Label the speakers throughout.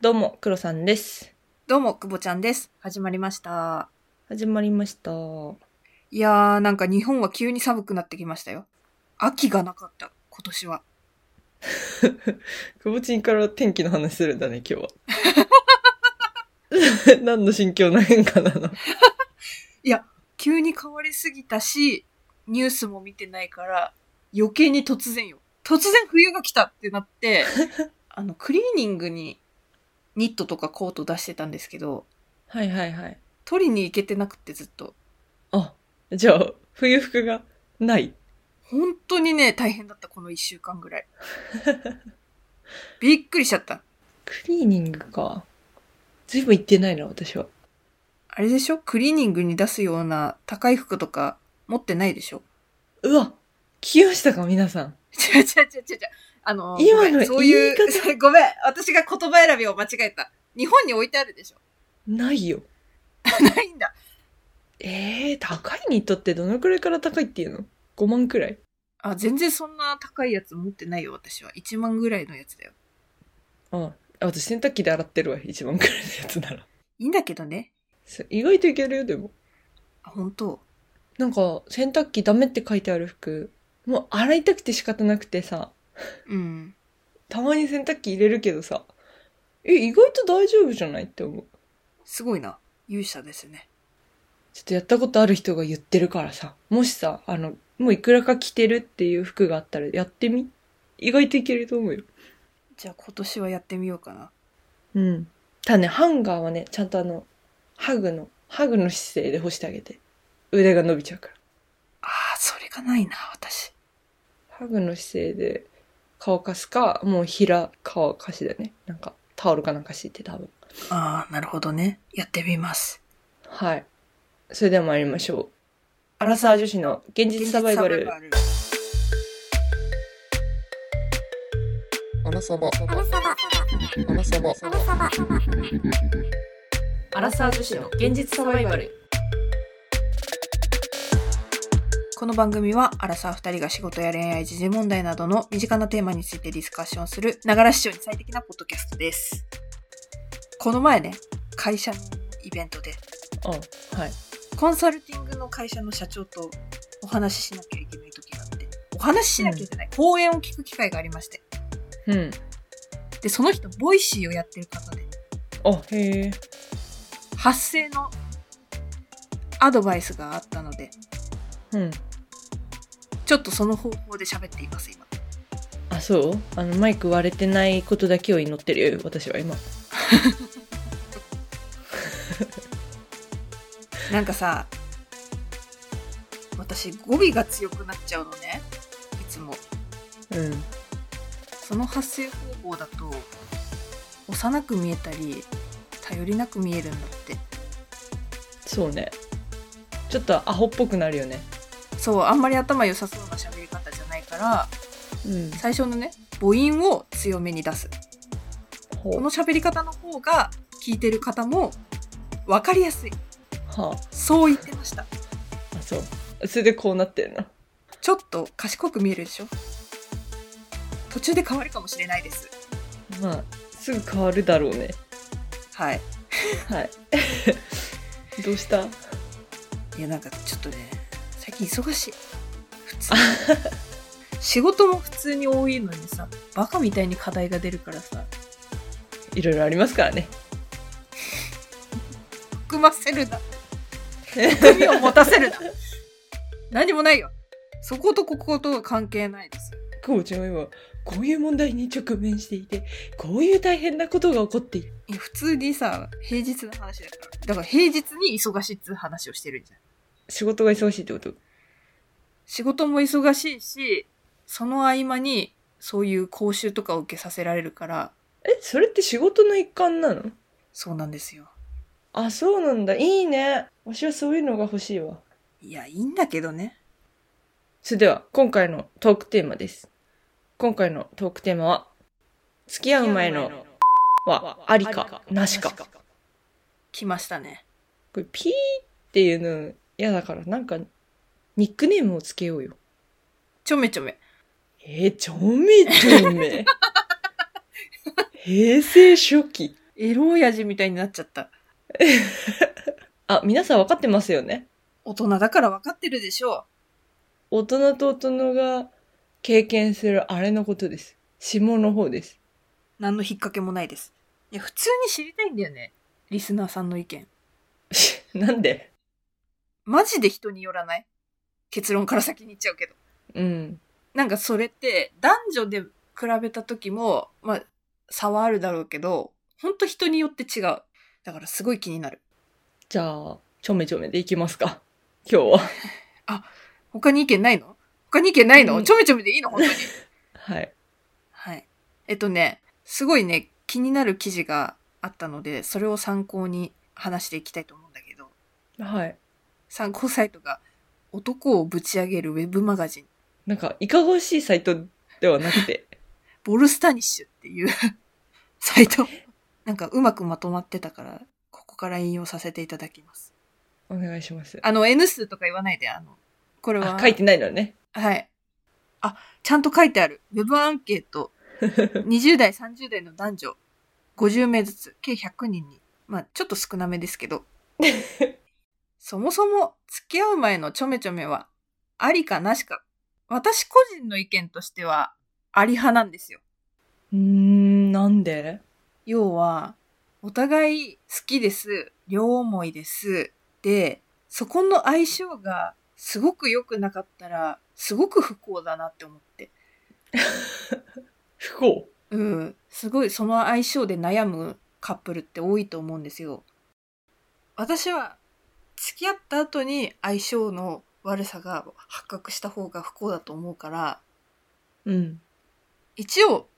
Speaker 1: どうも、クロさんです。
Speaker 2: どうも、くぼちゃんです。始まりました。
Speaker 1: 始まりました。
Speaker 2: いやー、なんか日本は急に寒くなってきましたよ。秋がなかった、今年は。
Speaker 1: くぼちんから天気の話するんだね、今日は。 何の心境の変化なの
Speaker 2: 急に変わりすぎたし、ニュースも見てないから、余計に突然よ。突然冬が来たってな って、あの、クリーニングにニットとかコート出してたんですけど、
Speaker 1: はいはいはい。
Speaker 2: 取りに行けてなくてずっと。
Speaker 1: あ、じゃあ、冬服がない。
Speaker 2: 本当にね、大変だった、この一週間ぐら い。びっくりしちゃった。
Speaker 1: クリーニングか。ずいぶん行ってないな、私は。
Speaker 2: あれでしょクリーニングに出すような高い服とか持ってないでしょ
Speaker 1: うわ来ましたか、皆さん。
Speaker 2: 違う違う違う違う。あの、
Speaker 1: 今の
Speaker 2: ごめんそういう
Speaker 1: 言い
Speaker 2: ごめん。私が言葉選びを間違えた。日本に置いてあるでしょ。
Speaker 1: ないよ。
Speaker 2: ないんだ。
Speaker 1: えー、高いニットってどのくらいから高いっていうの ?5 万くらい。
Speaker 2: あ、全然そんな高いやつ持ってないよ、私は。1万ぐらいのやつだよ。
Speaker 1: あ、あ私洗濯機で洗ってるわ、1万くらいのやつなら。
Speaker 2: いいんだけどね。
Speaker 1: そう意外といけるよ、でも。
Speaker 2: あ、本当
Speaker 1: なんか、洗濯機ダメって書いてある服、もう洗いたくて仕方なくてさ、
Speaker 2: うん。
Speaker 1: たまに洗濯機入れるけどさ、え、意外と大丈夫じゃないって思う。
Speaker 2: すごいな。勇者ですね。
Speaker 1: ちょっとやったことある人が言ってるからさ、もしさ、あの、もういくらか着てるっていう服があったらやってみ意外といけると思うよ。
Speaker 2: じゃあ今年はやってみようかな。
Speaker 1: うん。ただね、ハンガーはね、ちゃんとあの、ハグの、ハグの姿勢で干してあげて。腕が伸びちゃうから。
Speaker 2: あー、それがないな、私。
Speaker 1: ハグの姿勢で乾かすか、もう平乾かしだよね。なんか、タオルかなんか敷いて多分。
Speaker 2: あー、なるほどね。やってみます。
Speaker 1: はい。それでは参りましょう。アラサー女子の現実サバイバル。
Speaker 2: ル。
Speaker 3: アラサバ。アラサバ。アラサバ。
Speaker 1: アラサー女子の現実サバイバル。
Speaker 2: この番組は、アラサー二人が仕事や恋愛、時事問題などの身近なテーマについてディスカッションする、ながら視聴に最適なポッドキャストです。この前ね、会社のイベントで、
Speaker 1: うん、はい。
Speaker 2: コンサルティングの会社の社長とお話ししなきゃいけない時があって、お話ししなきゃいけない、講演を聞く機会がありまして、
Speaker 1: うん。
Speaker 2: で、その人、ボイシーをやってる方で、
Speaker 1: あ、へえ。
Speaker 2: 発声のアドバイスがあったので、
Speaker 1: うん。
Speaker 2: ちょっとその方法で喋っています、今。
Speaker 1: あ、そうあの、マイク割れてないことだけを祈ってるよ、私は今。
Speaker 2: なんかさ私語尾が強くなっちゃうのねいつも
Speaker 1: うん。
Speaker 2: その発声方法だと幼く見えたり頼りなく見えるんだって
Speaker 1: そうね。ちょっとアホっぽくなるよね。
Speaker 2: そうあんまり頭良さそうな喋り方じゃないから
Speaker 1: うん。
Speaker 2: 最初のね母音を強めに出す
Speaker 1: ほ
Speaker 2: こ
Speaker 1: う
Speaker 2: の喋り方の方が聞いてる方も分かりやすい
Speaker 1: は
Speaker 2: そう言ってました
Speaker 1: あ、あ、そう。それでこうなってるな。
Speaker 2: ちょっと賢く見えるでしょ途中で変わるかもしれないです
Speaker 1: まあ、すぐ変わるだろうね。
Speaker 2: はい
Speaker 1: はい。 どうした
Speaker 2: いやなんかちょっとね最近忙しい普通に仕事も普通に多いのにさバカみたいに課題が出るからさ
Speaker 1: いろいろありますからね。
Speaker 2: 含ませるな含みを持たせるな何もないよそことこことは関係ないです
Speaker 1: コウちゃんは今こういう問題に直面していてこういう大変なことが起こっている
Speaker 2: いや普通にさ平日の話だからだから平日に忙しいっつう話をしてるんじゃん
Speaker 1: 仕事が忙しいってこと
Speaker 2: 仕事も忙しいしその合間にそういう講習とかを受けさせられるから
Speaker 1: えそれって仕事の一環なの
Speaker 2: そうなんですよ
Speaker 1: あそうなんだいいねわしはそういうのが欲しいわ
Speaker 2: いやいいんだけどね
Speaker 1: それでは今回のトークテーマです今回のトークテーマは「付き合う前のはありかなしか」
Speaker 2: 来ましたね
Speaker 1: これピーっていうの嫌だからなんかニックネームをつけようよ
Speaker 2: ちょめちょめ。
Speaker 1: えー、ちょめちょめ平成初期
Speaker 2: いエロ親父みたいになっちゃった。
Speaker 1: あ、皆さん分かってますよね
Speaker 2: 大人だから分かってるでしょ
Speaker 1: 大人と大人が経験するあれのことです。下の方です。
Speaker 2: う。何の引っ掛けもないです。いや、普通に知りたいんだよね。リスナーさんの意見。
Speaker 1: なんで
Speaker 2: マジで人によらない結論から先に言っちゃうけど。
Speaker 1: うん。
Speaker 2: なんかそれって男女で比べた時も、まあ、差はあるだろうけど、ほんと人によって違う。だからすごい気になる。
Speaker 1: じゃあ、ちょめちょめでいきますか。今日は。
Speaker 2: 他に意見ないの他に意見ないの、
Speaker 1: うん
Speaker 2: ちょめちょめでいいの本当に。
Speaker 1: はい。
Speaker 2: はい。えっとね、すごいね、気になる記事があったので、それを参考に話していきたいと思うんだけど、
Speaker 1: はい。
Speaker 2: 参考サイトが男をぶち上げるウェブマガジン、
Speaker 1: なんか、いかがわしいサイトではなくて。
Speaker 2: ボルスタニッシュっていう サイト。なんかうまくまとまってたから、ここから引用させていただきます。
Speaker 1: お願いします。
Speaker 2: あの、N 数とか言わないで、あの、これは
Speaker 1: あ、。書いてないのね。
Speaker 2: はい。あ、ちゃんと書いてある。ウェブアンケート。20代、30代の男女50名ずつ、計100人に。まあ、ちょっと少なめですけど。そもそも、付き合う前のちょめちょめは、ありかなしか。私個人の意見としては、あり派なんですよ。
Speaker 1: うーん、なんで
Speaker 2: 要は、お互い好きです、両思いです。で、そこの相性がすごく良くなかったら、すごく不幸だなって思って。
Speaker 1: 不幸
Speaker 2: うん。すごいその相性で悩むカップルって多いと思うんですよ。私は、付き合った後に相性の悪さが発覚した方が不幸だと思うから、
Speaker 1: うん。
Speaker 2: 一応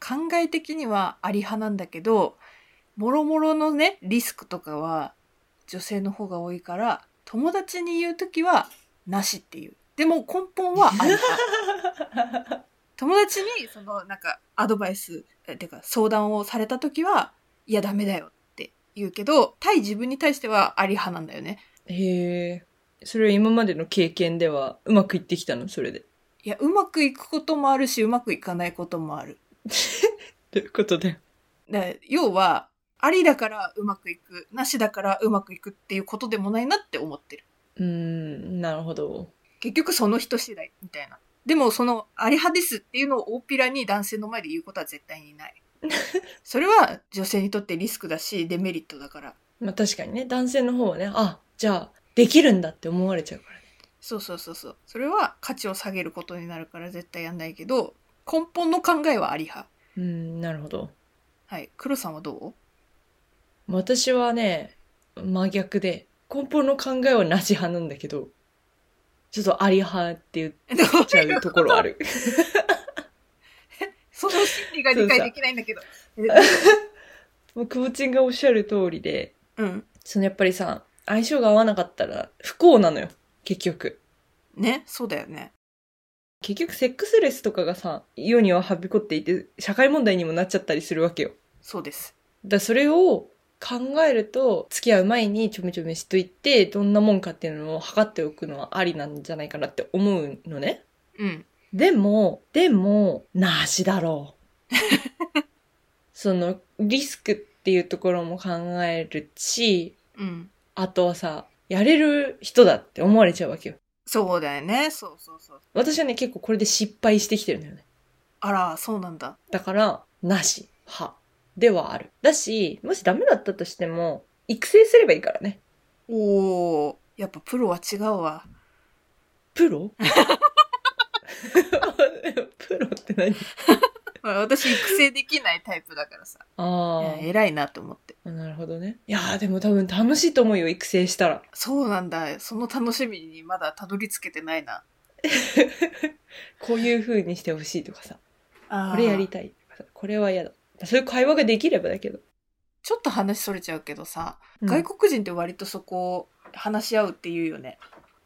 Speaker 2: 考え的にはあり派なんだけどもろもろのねリスクとかは女性の方が多いから友達に言う時はなしっていうでも根本はあり派友達にそのなんかアドバイスえてか相談をされた時はいやダメだよって言うけど対自分に対してはあり派なんだよね
Speaker 1: へえ。それは今までの経験ではうまくいってきたのそれで。っ
Speaker 2: いやうまくいくこともあるしうまくいかないこともある
Speaker 1: ていうことで。
Speaker 2: で要は、ありだからうまくいく、なしだからうまくいくっていうことでもないなって思ってる。
Speaker 1: うーん、なるほど。
Speaker 2: 結局その人次第みたいな。でもその、あり派ですっていうのを大っぴらに男性の前で言うことは絶対にない。それは女性にとってリスクだし、デメリットだから。
Speaker 1: まあ確かにね、男性の方はね、あ、じゃあ、できるんだって思われちゃうからね。
Speaker 2: そうそうそうそう。それは価値を下げることになるから絶対やんないけど、根本の考えはあり派。
Speaker 1: うーん、なるほど。
Speaker 2: はい。黒さんはどう
Speaker 1: 私はね、真逆で、根本の考えはなし派なんだけど、ちょっとあり派って言っ
Speaker 2: どう
Speaker 1: ちゃうところあ る。
Speaker 2: その心理が理解できないんだけど。
Speaker 1: もう、久保ちんがおっしゃる通りで、
Speaker 2: うん。
Speaker 1: そのやっぱりさ、相性が合わなかったら不幸なのよ、結局。
Speaker 2: ね、そうだよね。
Speaker 1: 結局、セックスレスとかがさ、世にははびこっていて、社会問題にもなっちゃったりするわけよ。
Speaker 2: そうです。
Speaker 1: だそれを考えると付き合う前にちょめちょめしといてどんなもんかっていうのを測っておくのはありなんじゃないかなって思うのね
Speaker 2: うん。
Speaker 1: でもでもなしだろうそのリスクっていうところも考えるし
Speaker 2: うん。
Speaker 1: あとはさやれる人だって思われちゃうわけよ
Speaker 2: そうだよね。そうそうそう。
Speaker 1: 私はね結構これで失敗してきてるんだよね
Speaker 2: あら、そうなんだ。
Speaker 1: だから、なし、派ではある。だし、もしダメだったとしても、育成すればいいからね。
Speaker 2: おお、やっぱプロは違うわ。
Speaker 1: プロ プロって何
Speaker 2: まあ私、育成できないタイプだからさ。い
Speaker 1: あ
Speaker 2: や偉いなと思って。
Speaker 1: あ、なるほどね。いやーでも多分楽しいと思うよ、育成したら。
Speaker 2: そうなんだ。その楽しみにまだたどり着けてないな。
Speaker 1: こういう風にしてほしいとかさ、
Speaker 2: あー
Speaker 1: これやりたいとかさ、これは嫌だ。そういう会話ができればだけど。
Speaker 2: ちょっと話それちゃうけどさ、
Speaker 1: うん
Speaker 2: 外国人って割とそこを話し合うって言うよね。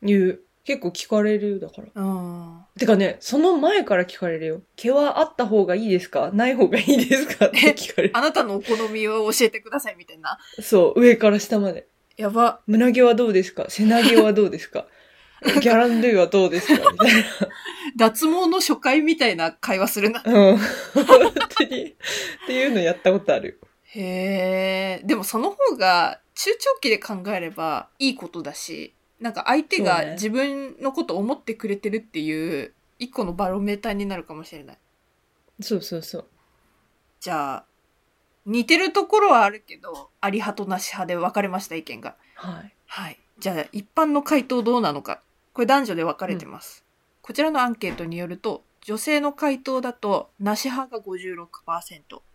Speaker 1: 言う。結構聞かれるだから。
Speaker 2: うん。
Speaker 1: てかね、その前から聞かれるよ。毛はあった方がいいですかない方がいいですかって聞かれ
Speaker 2: あなたのお好みを教えてくださいみたいな。
Speaker 1: る。そう、上から下まで。
Speaker 2: やば。
Speaker 1: 胸毛はどうですか背中毛はどうです かギャランドゥはどうです かみたい
Speaker 2: 脱毛の初回みたいな会話するな。
Speaker 1: な。うん。本当に。っていうのやったことある。
Speaker 2: へえ。でもその方が中長期で考えればいいことだし、なんか相手
Speaker 1: そう
Speaker 2: が
Speaker 1: ね
Speaker 2: 自分のことを思ってくれてるっていう一個のバロメーターになるかもしれない。
Speaker 1: そうそうそう。
Speaker 2: じゃあ、似てるところはあるけど、あり派となし派で分かれました、意見が。
Speaker 1: はい。
Speaker 2: はい。じゃあ、一般の回答どうなのか。これ男女で分かれてます。こちらのアンケートによると、女性の回答だと、なし派が56%、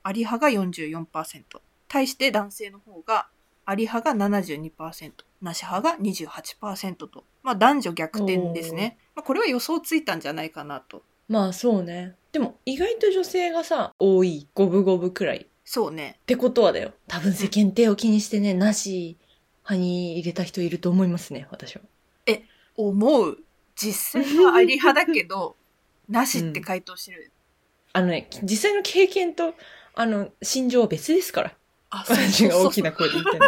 Speaker 2: あり派が44%。対して男性の方が、あり派が72%、なし派が28%と。まあ、男女逆転ですね。まあ、これは予想ついたんじゃないかなと。
Speaker 1: まあそうね。でも意外と女性がさ、多い。五分五分くらい。っ
Speaker 2: そうね。
Speaker 1: てことはだよ。多分世間体を気にしてね、なし派に入れた人いると思いますね、私は。
Speaker 2: 思う。実際はあり派だけ ど、なしって回答してる。
Speaker 1: あのね、実際の経験と、あの、心情は別です から。
Speaker 2: あ、そう
Speaker 1: 私が
Speaker 2: そうそう
Speaker 1: 大きな声で言ってる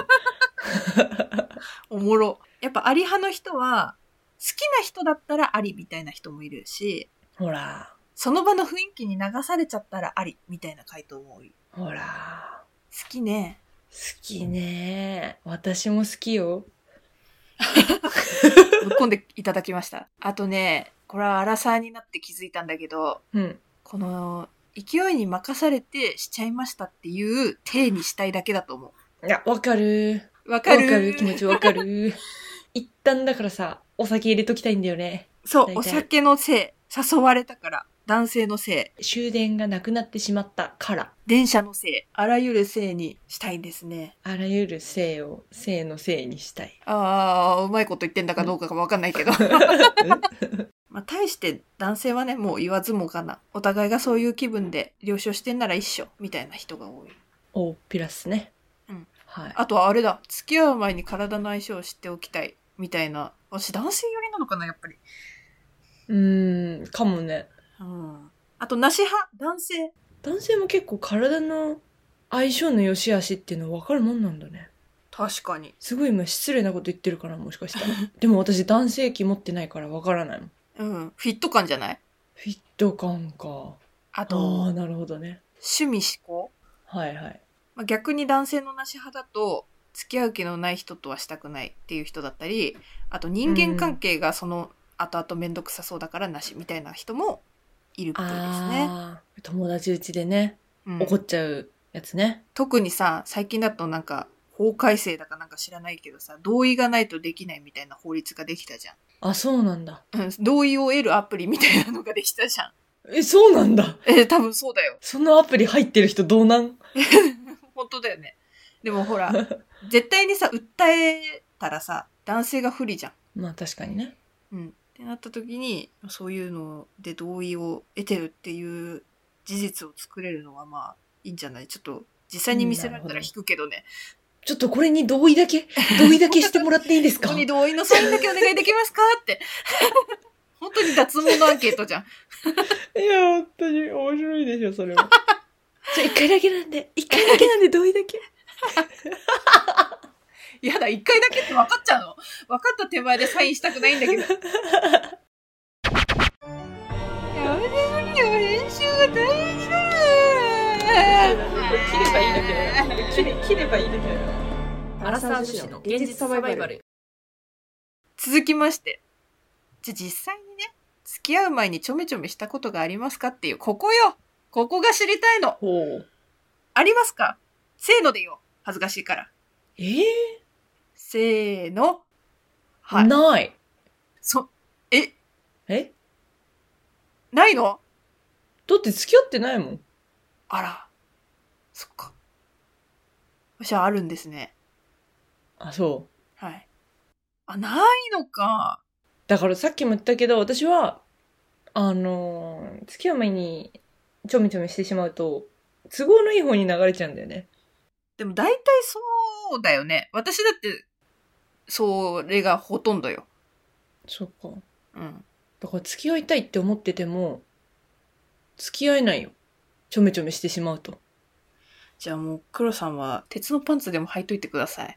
Speaker 1: の。
Speaker 2: おもろ。やっぱアリ派の人は、好きな人だったらアリみたいな人もいるし、
Speaker 1: ほら、
Speaker 2: その場の雰囲気に流されちゃったらアリみたいな回答も多い。好
Speaker 1: ほら。
Speaker 2: きね。
Speaker 1: 好きね私も好きよ。
Speaker 2: ぶっ込んでいただきました。あとね、これはアラサーになって気づいたんだけど、
Speaker 1: うん。
Speaker 2: この、勢いに任されてしちゃいましたっていう体にしたいだけだと思
Speaker 1: いや、わかる。
Speaker 2: う。わか
Speaker 1: わ
Speaker 2: る
Speaker 1: かる。気持ちわか る。一旦だからさ、お酒入れときたいんだよね。
Speaker 2: そ
Speaker 1: 大
Speaker 2: う、
Speaker 1: 体
Speaker 2: お酒のせい。誘われたから。男性のせい。
Speaker 1: 終電がなくなってしまったから。
Speaker 2: 電車のせい。あらゆるせいにしたいんですね。
Speaker 1: あらゆる性を性の性にしたい。
Speaker 2: ああ、うまいこと言ってんだかどうかがわかんない けど。まあ、対して男性はね、もう言わずもがな。お互いがそういう気分で了承してんなら一緒、みたいな人が多い。
Speaker 1: おピラスね。
Speaker 2: うん。
Speaker 1: はい。
Speaker 2: あとはあれだ、付き合う前に体の相性を知っておきたい、みたいな。私男性寄りなのかな、やっぱり。
Speaker 1: うーん、かもね。
Speaker 2: うん。あと、なし派、男性。
Speaker 1: 男性も結構体の相性の良し悪しっていうの分かるもんなんだね。
Speaker 2: 確かに。
Speaker 1: すごい今失礼なこと言ってるからもしかした ら。でも私男性器持ってないから分からないもん。
Speaker 2: うん。フィット感じゃない
Speaker 1: フィット感か。
Speaker 2: あと、
Speaker 1: ああ、
Speaker 2: 趣
Speaker 1: なるほどね。
Speaker 2: 味思考。
Speaker 1: はいはい。
Speaker 2: まあ、逆に男性のなし派だと付き合う気のない人とはしたくないっていう人だったりあと人間関係がその後々面倒くさそうだからなしみたいな人もいるっぽいですね。
Speaker 1: ああ、友達うちでね、
Speaker 2: うん
Speaker 1: 怒っちゃうやつね。
Speaker 2: 特にさ最近だとなんか法改正だかなんか知らないけどさ同意がないとできないみたいな法律ができたじゃ
Speaker 1: あ、そうなんだ。
Speaker 2: ん。うん同意を得るアプリみたいなのができたじゃん。
Speaker 1: え、そうなんだ。
Speaker 2: え多分そうだよ。
Speaker 1: そのアプリ入ってる人どうなん
Speaker 2: 本当だよね。でも ほら絶対にさ訴えたらさ男性が不利じゃん。
Speaker 1: まあ確かにね。
Speaker 2: うん、ってなった時にそういうので同意を得てるっていう事実を作れるのはまあいいんじゃないちょっと実際に見せられたら引くけどね。
Speaker 1: ちょっとこれに同意 だけ、同意だけしてもらっていいです
Speaker 2: 本
Speaker 1: か
Speaker 2: 当に同意のサインだけお願いできますかって。本当に脱毛のアンケートじゃん。
Speaker 1: や、本当に面白いでしょ、そ れは。ちょ、一回だけなんで、一回だけなんで同意だ け。
Speaker 2: やだ、一回だけって分かっちゃうの分かった手前でサインしたくないん だけど。やめて無理よ、練習が大 事だ
Speaker 1: け
Speaker 2: よ
Speaker 1: ど。切ればいいだけだよ。
Speaker 4: アラサー女子の現実サバイバル。
Speaker 2: 続きまして。じゃあ実際にね、付き合う前にちょめちょめしたことがありますかっていう、ここよここが知りたいの
Speaker 1: ほう。
Speaker 2: ありますかせーのでよ恥ずかしいから。
Speaker 1: えー、
Speaker 2: せーの。はい。
Speaker 1: ない。
Speaker 2: そ、え、
Speaker 1: え
Speaker 2: ないの
Speaker 1: だって付き合ってないもん。
Speaker 2: あら。そっか。じゃああるんですね。
Speaker 1: あ、そう。
Speaker 2: はい。あ、ないのか。
Speaker 1: だからさっきも言ったけど、私は、あのー付き合う前にちょめちょめしてしまうと、都合のいい方に流れちゃうんだよね。
Speaker 2: でも大体そうだよね。私だって、それがほとんどよ。
Speaker 1: そうか。
Speaker 2: うん。
Speaker 1: だから付き合いたいって思ってても、付き合えないよ。ちょめちょめしてしまうと。
Speaker 2: じゃあもう、黒さんは、鉄のパンツでも履いといてください。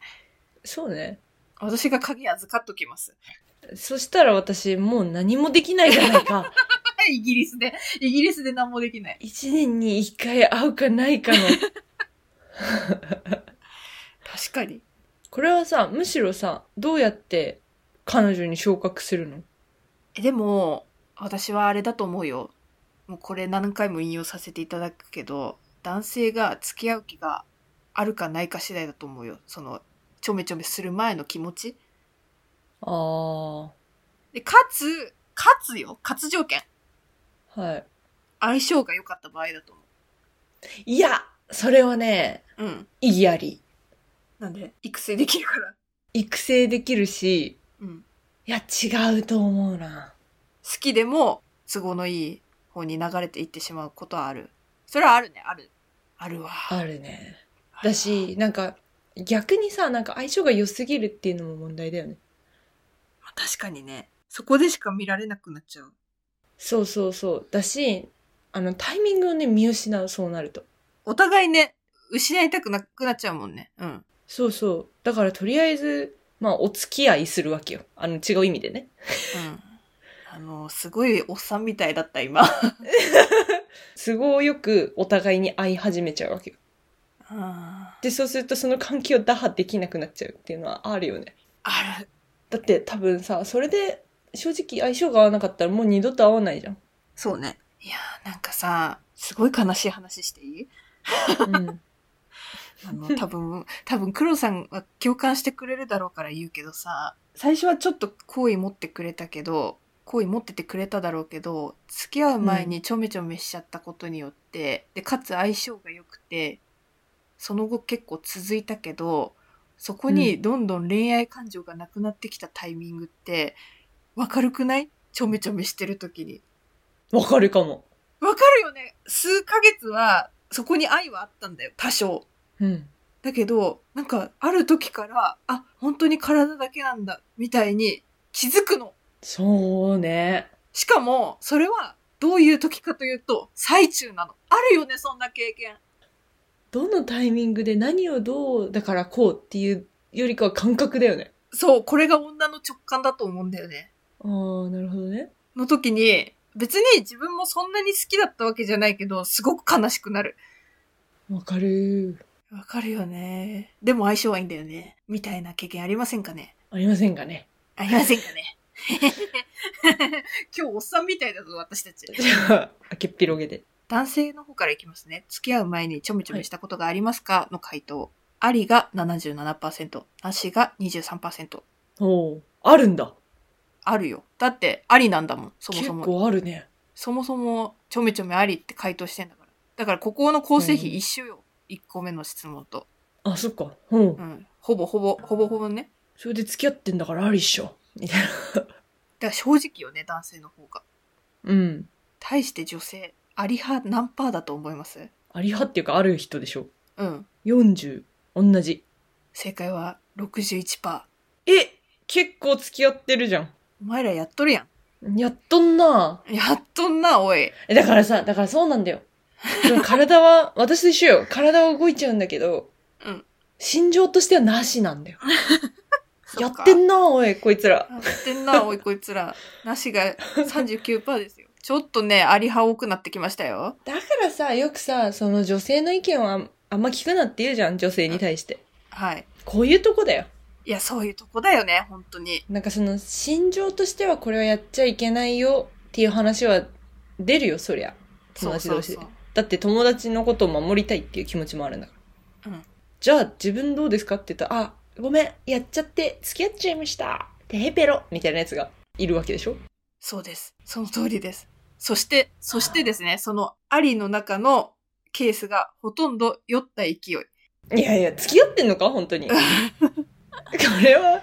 Speaker 1: そうね。
Speaker 2: 私が鍵預かっときます。
Speaker 1: そしたら私、もう何もできないじゃないか。
Speaker 2: イギリスで、イギリスで何もできない。
Speaker 1: 一年に一回会うかないかの。
Speaker 2: 確かに。
Speaker 1: これはさ、むしろさ、どうやって彼女に昇格するの
Speaker 2: え、でも、私はあれだと思うよ。もうこれ何回も引用させていただくけど、男性が付き合う気があるかないか次第だと思うよ。その、ちょめちょめする前の気持ち。
Speaker 1: あ
Speaker 2: で、かつ、かつよ、かつ条件。
Speaker 1: あ、は
Speaker 2: 相性が良かった場合だと思
Speaker 1: い。いや、それはね、
Speaker 2: う。うん。
Speaker 1: 意義あり。
Speaker 2: なんで育成できるから。
Speaker 1: 育成できるし、
Speaker 2: うん。
Speaker 1: いや、違うと思うな。
Speaker 2: 好きでも都合のいい方に流れていってしまうことはある。それはあるね、ある。あるわ。
Speaker 1: あるね。
Speaker 2: あるわ
Speaker 1: だ、し、なんか、逆にさ、なんか相性が良すぎるっていうのも問題だよね。
Speaker 2: 確かにね。そこでしか見られなくなっちゃう。
Speaker 1: そうそうそう。だし、あの、タイミングをね、見失う、そうなると。
Speaker 2: お互いね、失いたくなくなっちゃうもんね。うん。
Speaker 1: そうそう。だから、とりあえず、まあ、お付き合いするわけよ。あの、違う意味でね。
Speaker 2: うん。あの、すごいおっさんみたいだった、今。
Speaker 1: 都合よくお互いに会い始めちゃうわけよ。
Speaker 2: あ
Speaker 1: で、そうすると、その関係を打破できなくなっちゃうっていうのはあるよね。
Speaker 2: る。
Speaker 1: だって、多分さ、それで、正直相性が合わなかったらもう二度と会わないじゃん。
Speaker 2: そうね。いやー、なんかさ、すごい悲しい話していい
Speaker 1: うん。
Speaker 2: あの、多分、多分、黒さんは共感してくれるだろうから言うけどさ、最初はちょっと好意持ってくれたけど、好意持っててくれただろうけど、付き合う前にちょめちょめしちゃったことによって、で、かつ相性が良くて、その後結構続いたけど、そこにどんどん恋愛感情がなくなってきたタイミングって、わかるくないちょめちょめしてる時に。
Speaker 1: わかるかも。
Speaker 2: わかるよね数ヶ月は、そこに愛はあったんだよ、多少。
Speaker 1: うん。
Speaker 2: だけど、なんか、ある時から、あ、本当に体だけなんだ、みたいに気づくの。
Speaker 1: そうね。
Speaker 2: しかも、それは、どういう時かというと、最中なの。あるよね、そんな経験。
Speaker 1: どのタイミングで何をどうだからこうっていうよりかは感覚だよね。
Speaker 2: そう、これが女の直感だと思うんだよね。
Speaker 1: ああ、なるほどね。
Speaker 2: の時に、別に自分もそんなに好きだったわけじゃないけど、すごく悲しくなる。
Speaker 1: わかる。
Speaker 2: わかるよね。でも相性はいいんだよね。みたいな経験ありませんかね
Speaker 1: ありませんか ね。
Speaker 2: ありませんかね 今日おっさんみたいだぞ、私たち。
Speaker 1: じゃあ、開けっ広げで。
Speaker 2: 男性の方からいきますね。付き合う前にちょめちょめしたことがありますかの回答。ありが77%、なしが23%。
Speaker 1: おお、あるんだ。
Speaker 2: あるよ。だって、ありなんだもん。そも
Speaker 1: 結
Speaker 2: そも。
Speaker 1: 構あるね。
Speaker 2: そもそも、ちょめちょめありって回答してんだから。だから、ここの構成
Speaker 1: うん
Speaker 2: 比一緒よ。1個目の質問と。
Speaker 1: あ、そっか。うん
Speaker 2: う。ん。ほぼほぼ、ほぼほぼね。
Speaker 1: それで付き合ってんだからありっしょ。みたいな。
Speaker 2: だから正直よね、男性の方が。
Speaker 1: うん。
Speaker 2: 対して女性、あり派何パーだと思います
Speaker 1: あり派っていうかある人でしょ。
Speaker 2: うん。
Speaker 1: 40。同じ。
Speaker 2: 正解は61%。
Speaker 1: え結構付き合ってるじゃ
Speaker 2: お前らやっとるや。
Speaker 1: ん。やっとんなん
Speaker 2: やっとんな、おい。
Speaker 1: え、だからさ、だからそうなんだよ。でも体 は、私と一緒よ。体は動いちゃうんだけど、
Speaker 2: うん
Speaker 1: 心情としてはなしなんだよ。や
Speaker 2: そ
Speaker 1: っ
Speaker 2: か
Speaker 1: てんな、おい、こいつら。
Speaker 2: やってんな、おいこいつら。なしが39%ですよ。 ちょっとね、アリ派多くなってきましたよ。
Speaker 1: だからさ、よくさ、その女性の意見をあんあんま聞くなって言うじゃん、女性に対して。
Speaker 2: はい。
Speaker 1: こういうとこだよ。
Speaker 2: いや、そういうとこだよね、本当に。
Speaker 1: なんかその、心情としてはこれはやっちゃいけないよっていう話は出るよ、そりゃ。友達同士で。
Speaker 2: そうそう
Speaker 1: だって友達のことを守りたいっていう気持ちもあるんだから。
Speaker 2: うん
Speaker 1: じゃあ自分どうですかって言ったら、あ、ごめん、やっちゃって、付き合っちゃいました。てへぺろみたいなやつがいるわけでしょ
Speaker 2: そうそうです。その通りです。そして、そしてですね、そのアリの中のケースがほとんど酔った勢い。
Speaker 1: いやいや、付き合ってんのか本当 に。これは、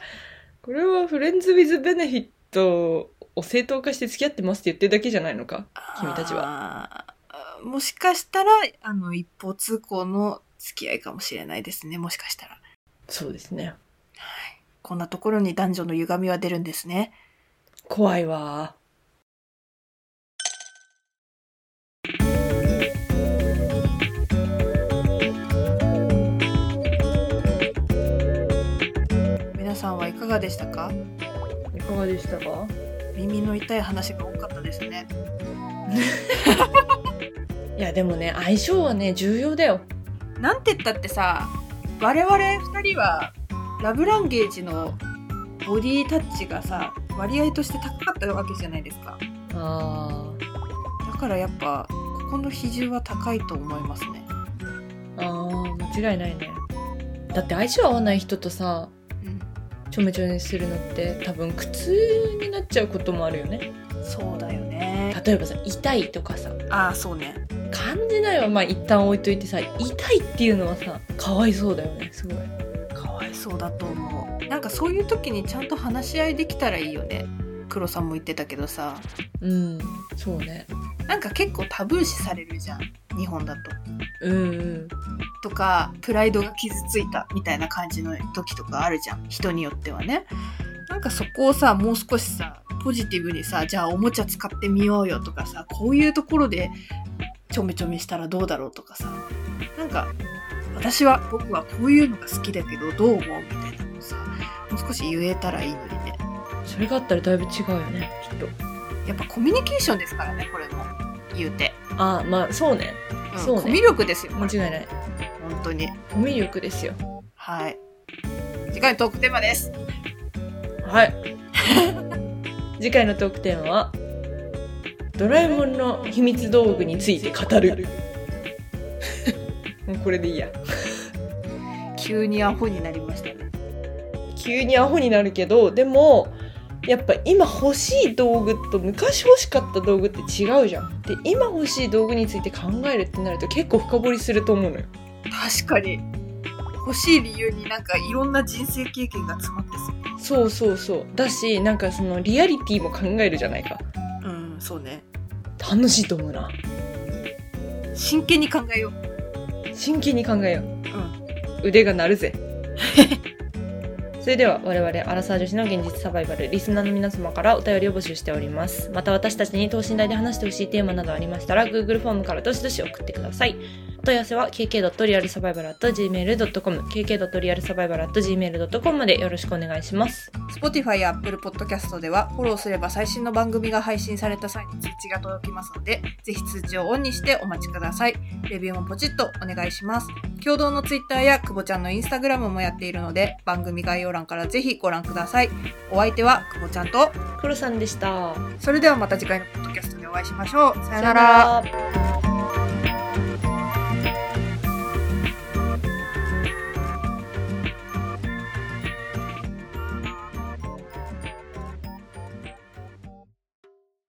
Speaker 1: これはフレンズ・ウィズ・ベネフィットを正当化して付き合ってますって言ってるだけじゃないのか君たち
Speaker 2: は。もしかしたら、あの、一方通行の付き合いかもしれないですね、もしかしたら。
Speaker 1: そうですね。
Speaker 2: こんなところに男女の歪みは出るんですね。
Speaker 1: 怖いわ。
Speaker 2: 皆さんはいかがでしたか
Speaker 1: いかがでしたか
Speaker 2: 耳の痛い話が多かったですね。
Speaker 1: いや、でもね、相性はね、重要だよ。
Speaker 2: なんて言ったってさ我々2人はラブランゲージのボディタッチがさ割合として高かったわけじゃないですか
Speaker 1: あ
Speaker 2: だからやっぱここの比重は高いと思いますね
Speaker 1: ーあー間違いないねだって相性合わない人とさちょめちょめするのって多分苦痛になっちゃうこともあるよね
Speaker 2: そうだよね
Speaker 1: 例えばさ痛いとかさ
Speaker 2: ああそうね
Speaker 1: 感じないはまあ一旦置いといてさ痛いっていうのはさかわいそうだよねすごい
Speaker 2: かわいそうだと思うなんかそういう時にちゃんと話し合いできたらいいよね黒さんも言ってたけどさ
Speaker 1: うんそうね
Speaker 2: なんか結構タブー視されるじゃん日本だと
Speaker 1: うんうん
Speaker 2: とかプライドが傷ついたみたいな感じの時とかあるじゃん人によってはねなんかそこをさもう少しさポジティブにさじゃあおもちゃ使ってみようよとかさこういうところでちょめちょめしたらどうだろうとかさなんか私は僕はこういうのが好きだけどどう思うみたいなのをさもう少し言えたらいいのにね
Speaker 1: それがあったらだいぶ違うよねきっと
Speaker 2: やっぱコミュニケーションですからねこれも言うて、
Speaker 1: ああまあそうね
Speaker 2: うん
Speaker 1: そうね
Speaker 2: コミュ力ですよ
Speaker 1: 間違いない
Speaker 2: 本当に
Speaker 1: コミュ力ですよ
Speaker 2: はい次回のトークテーマです
Speaker 1: はい次回のトークテーマはドラえもんの秘密道具について語る もうこれでいいや
Speaker 2: 急にアホになりましたね
Speaker 1: 急にアホになるけどでもやっぱ今欲しい道具と昔欲しかった道具って違うじゃん。で今欲しい道具について考えるってなると結構深掘りすると思うのよ。
Speaker 2: 確かに欲しい理由になんかいろんな人生経験が詰まってそう
Speaker 1: そうそうそう。だしなんかそのリアリティも考えるじゃないか。
Speaker 2: うんそうね
Speaker 1: 楽しいと思うな。
Speaker 2: 真剣に考えよう
Speaker 1: 真剣に考えよ
Speaker 2: うん
Speaker 1: う。腕が鳴 るぜ。それでは我々アラサー女子の現実サバイバルリスナーの皆様からお便りを募集しておりますまた私たちに等身大で話してほしいテーマなどありましたら Google フォームからどしどし送ってくださいお問い合わせは kk.realsurvival.gmail.com kk.realsurvival.gmail.com までよろしくお願いします
Speaker 2: Spotify や Apple Podcast ではフォローすれば最新の番組が配信された際に通知が届きますのでぜひ通知をオンにしてお待ちくださいレビューもポチッとお願いします共同の Twitter や久保ちゃんの Instagram もやっているので番組概要欄からぜひご覧くださいお相手は久保ちゃんと
Speaker 1: 黒さんでした
Speaker 2: それではまた次回のポッドキャストでお会いしましょうさよ
Speaker 1: さよな
Speaker 2: なら
Speaker 1: ら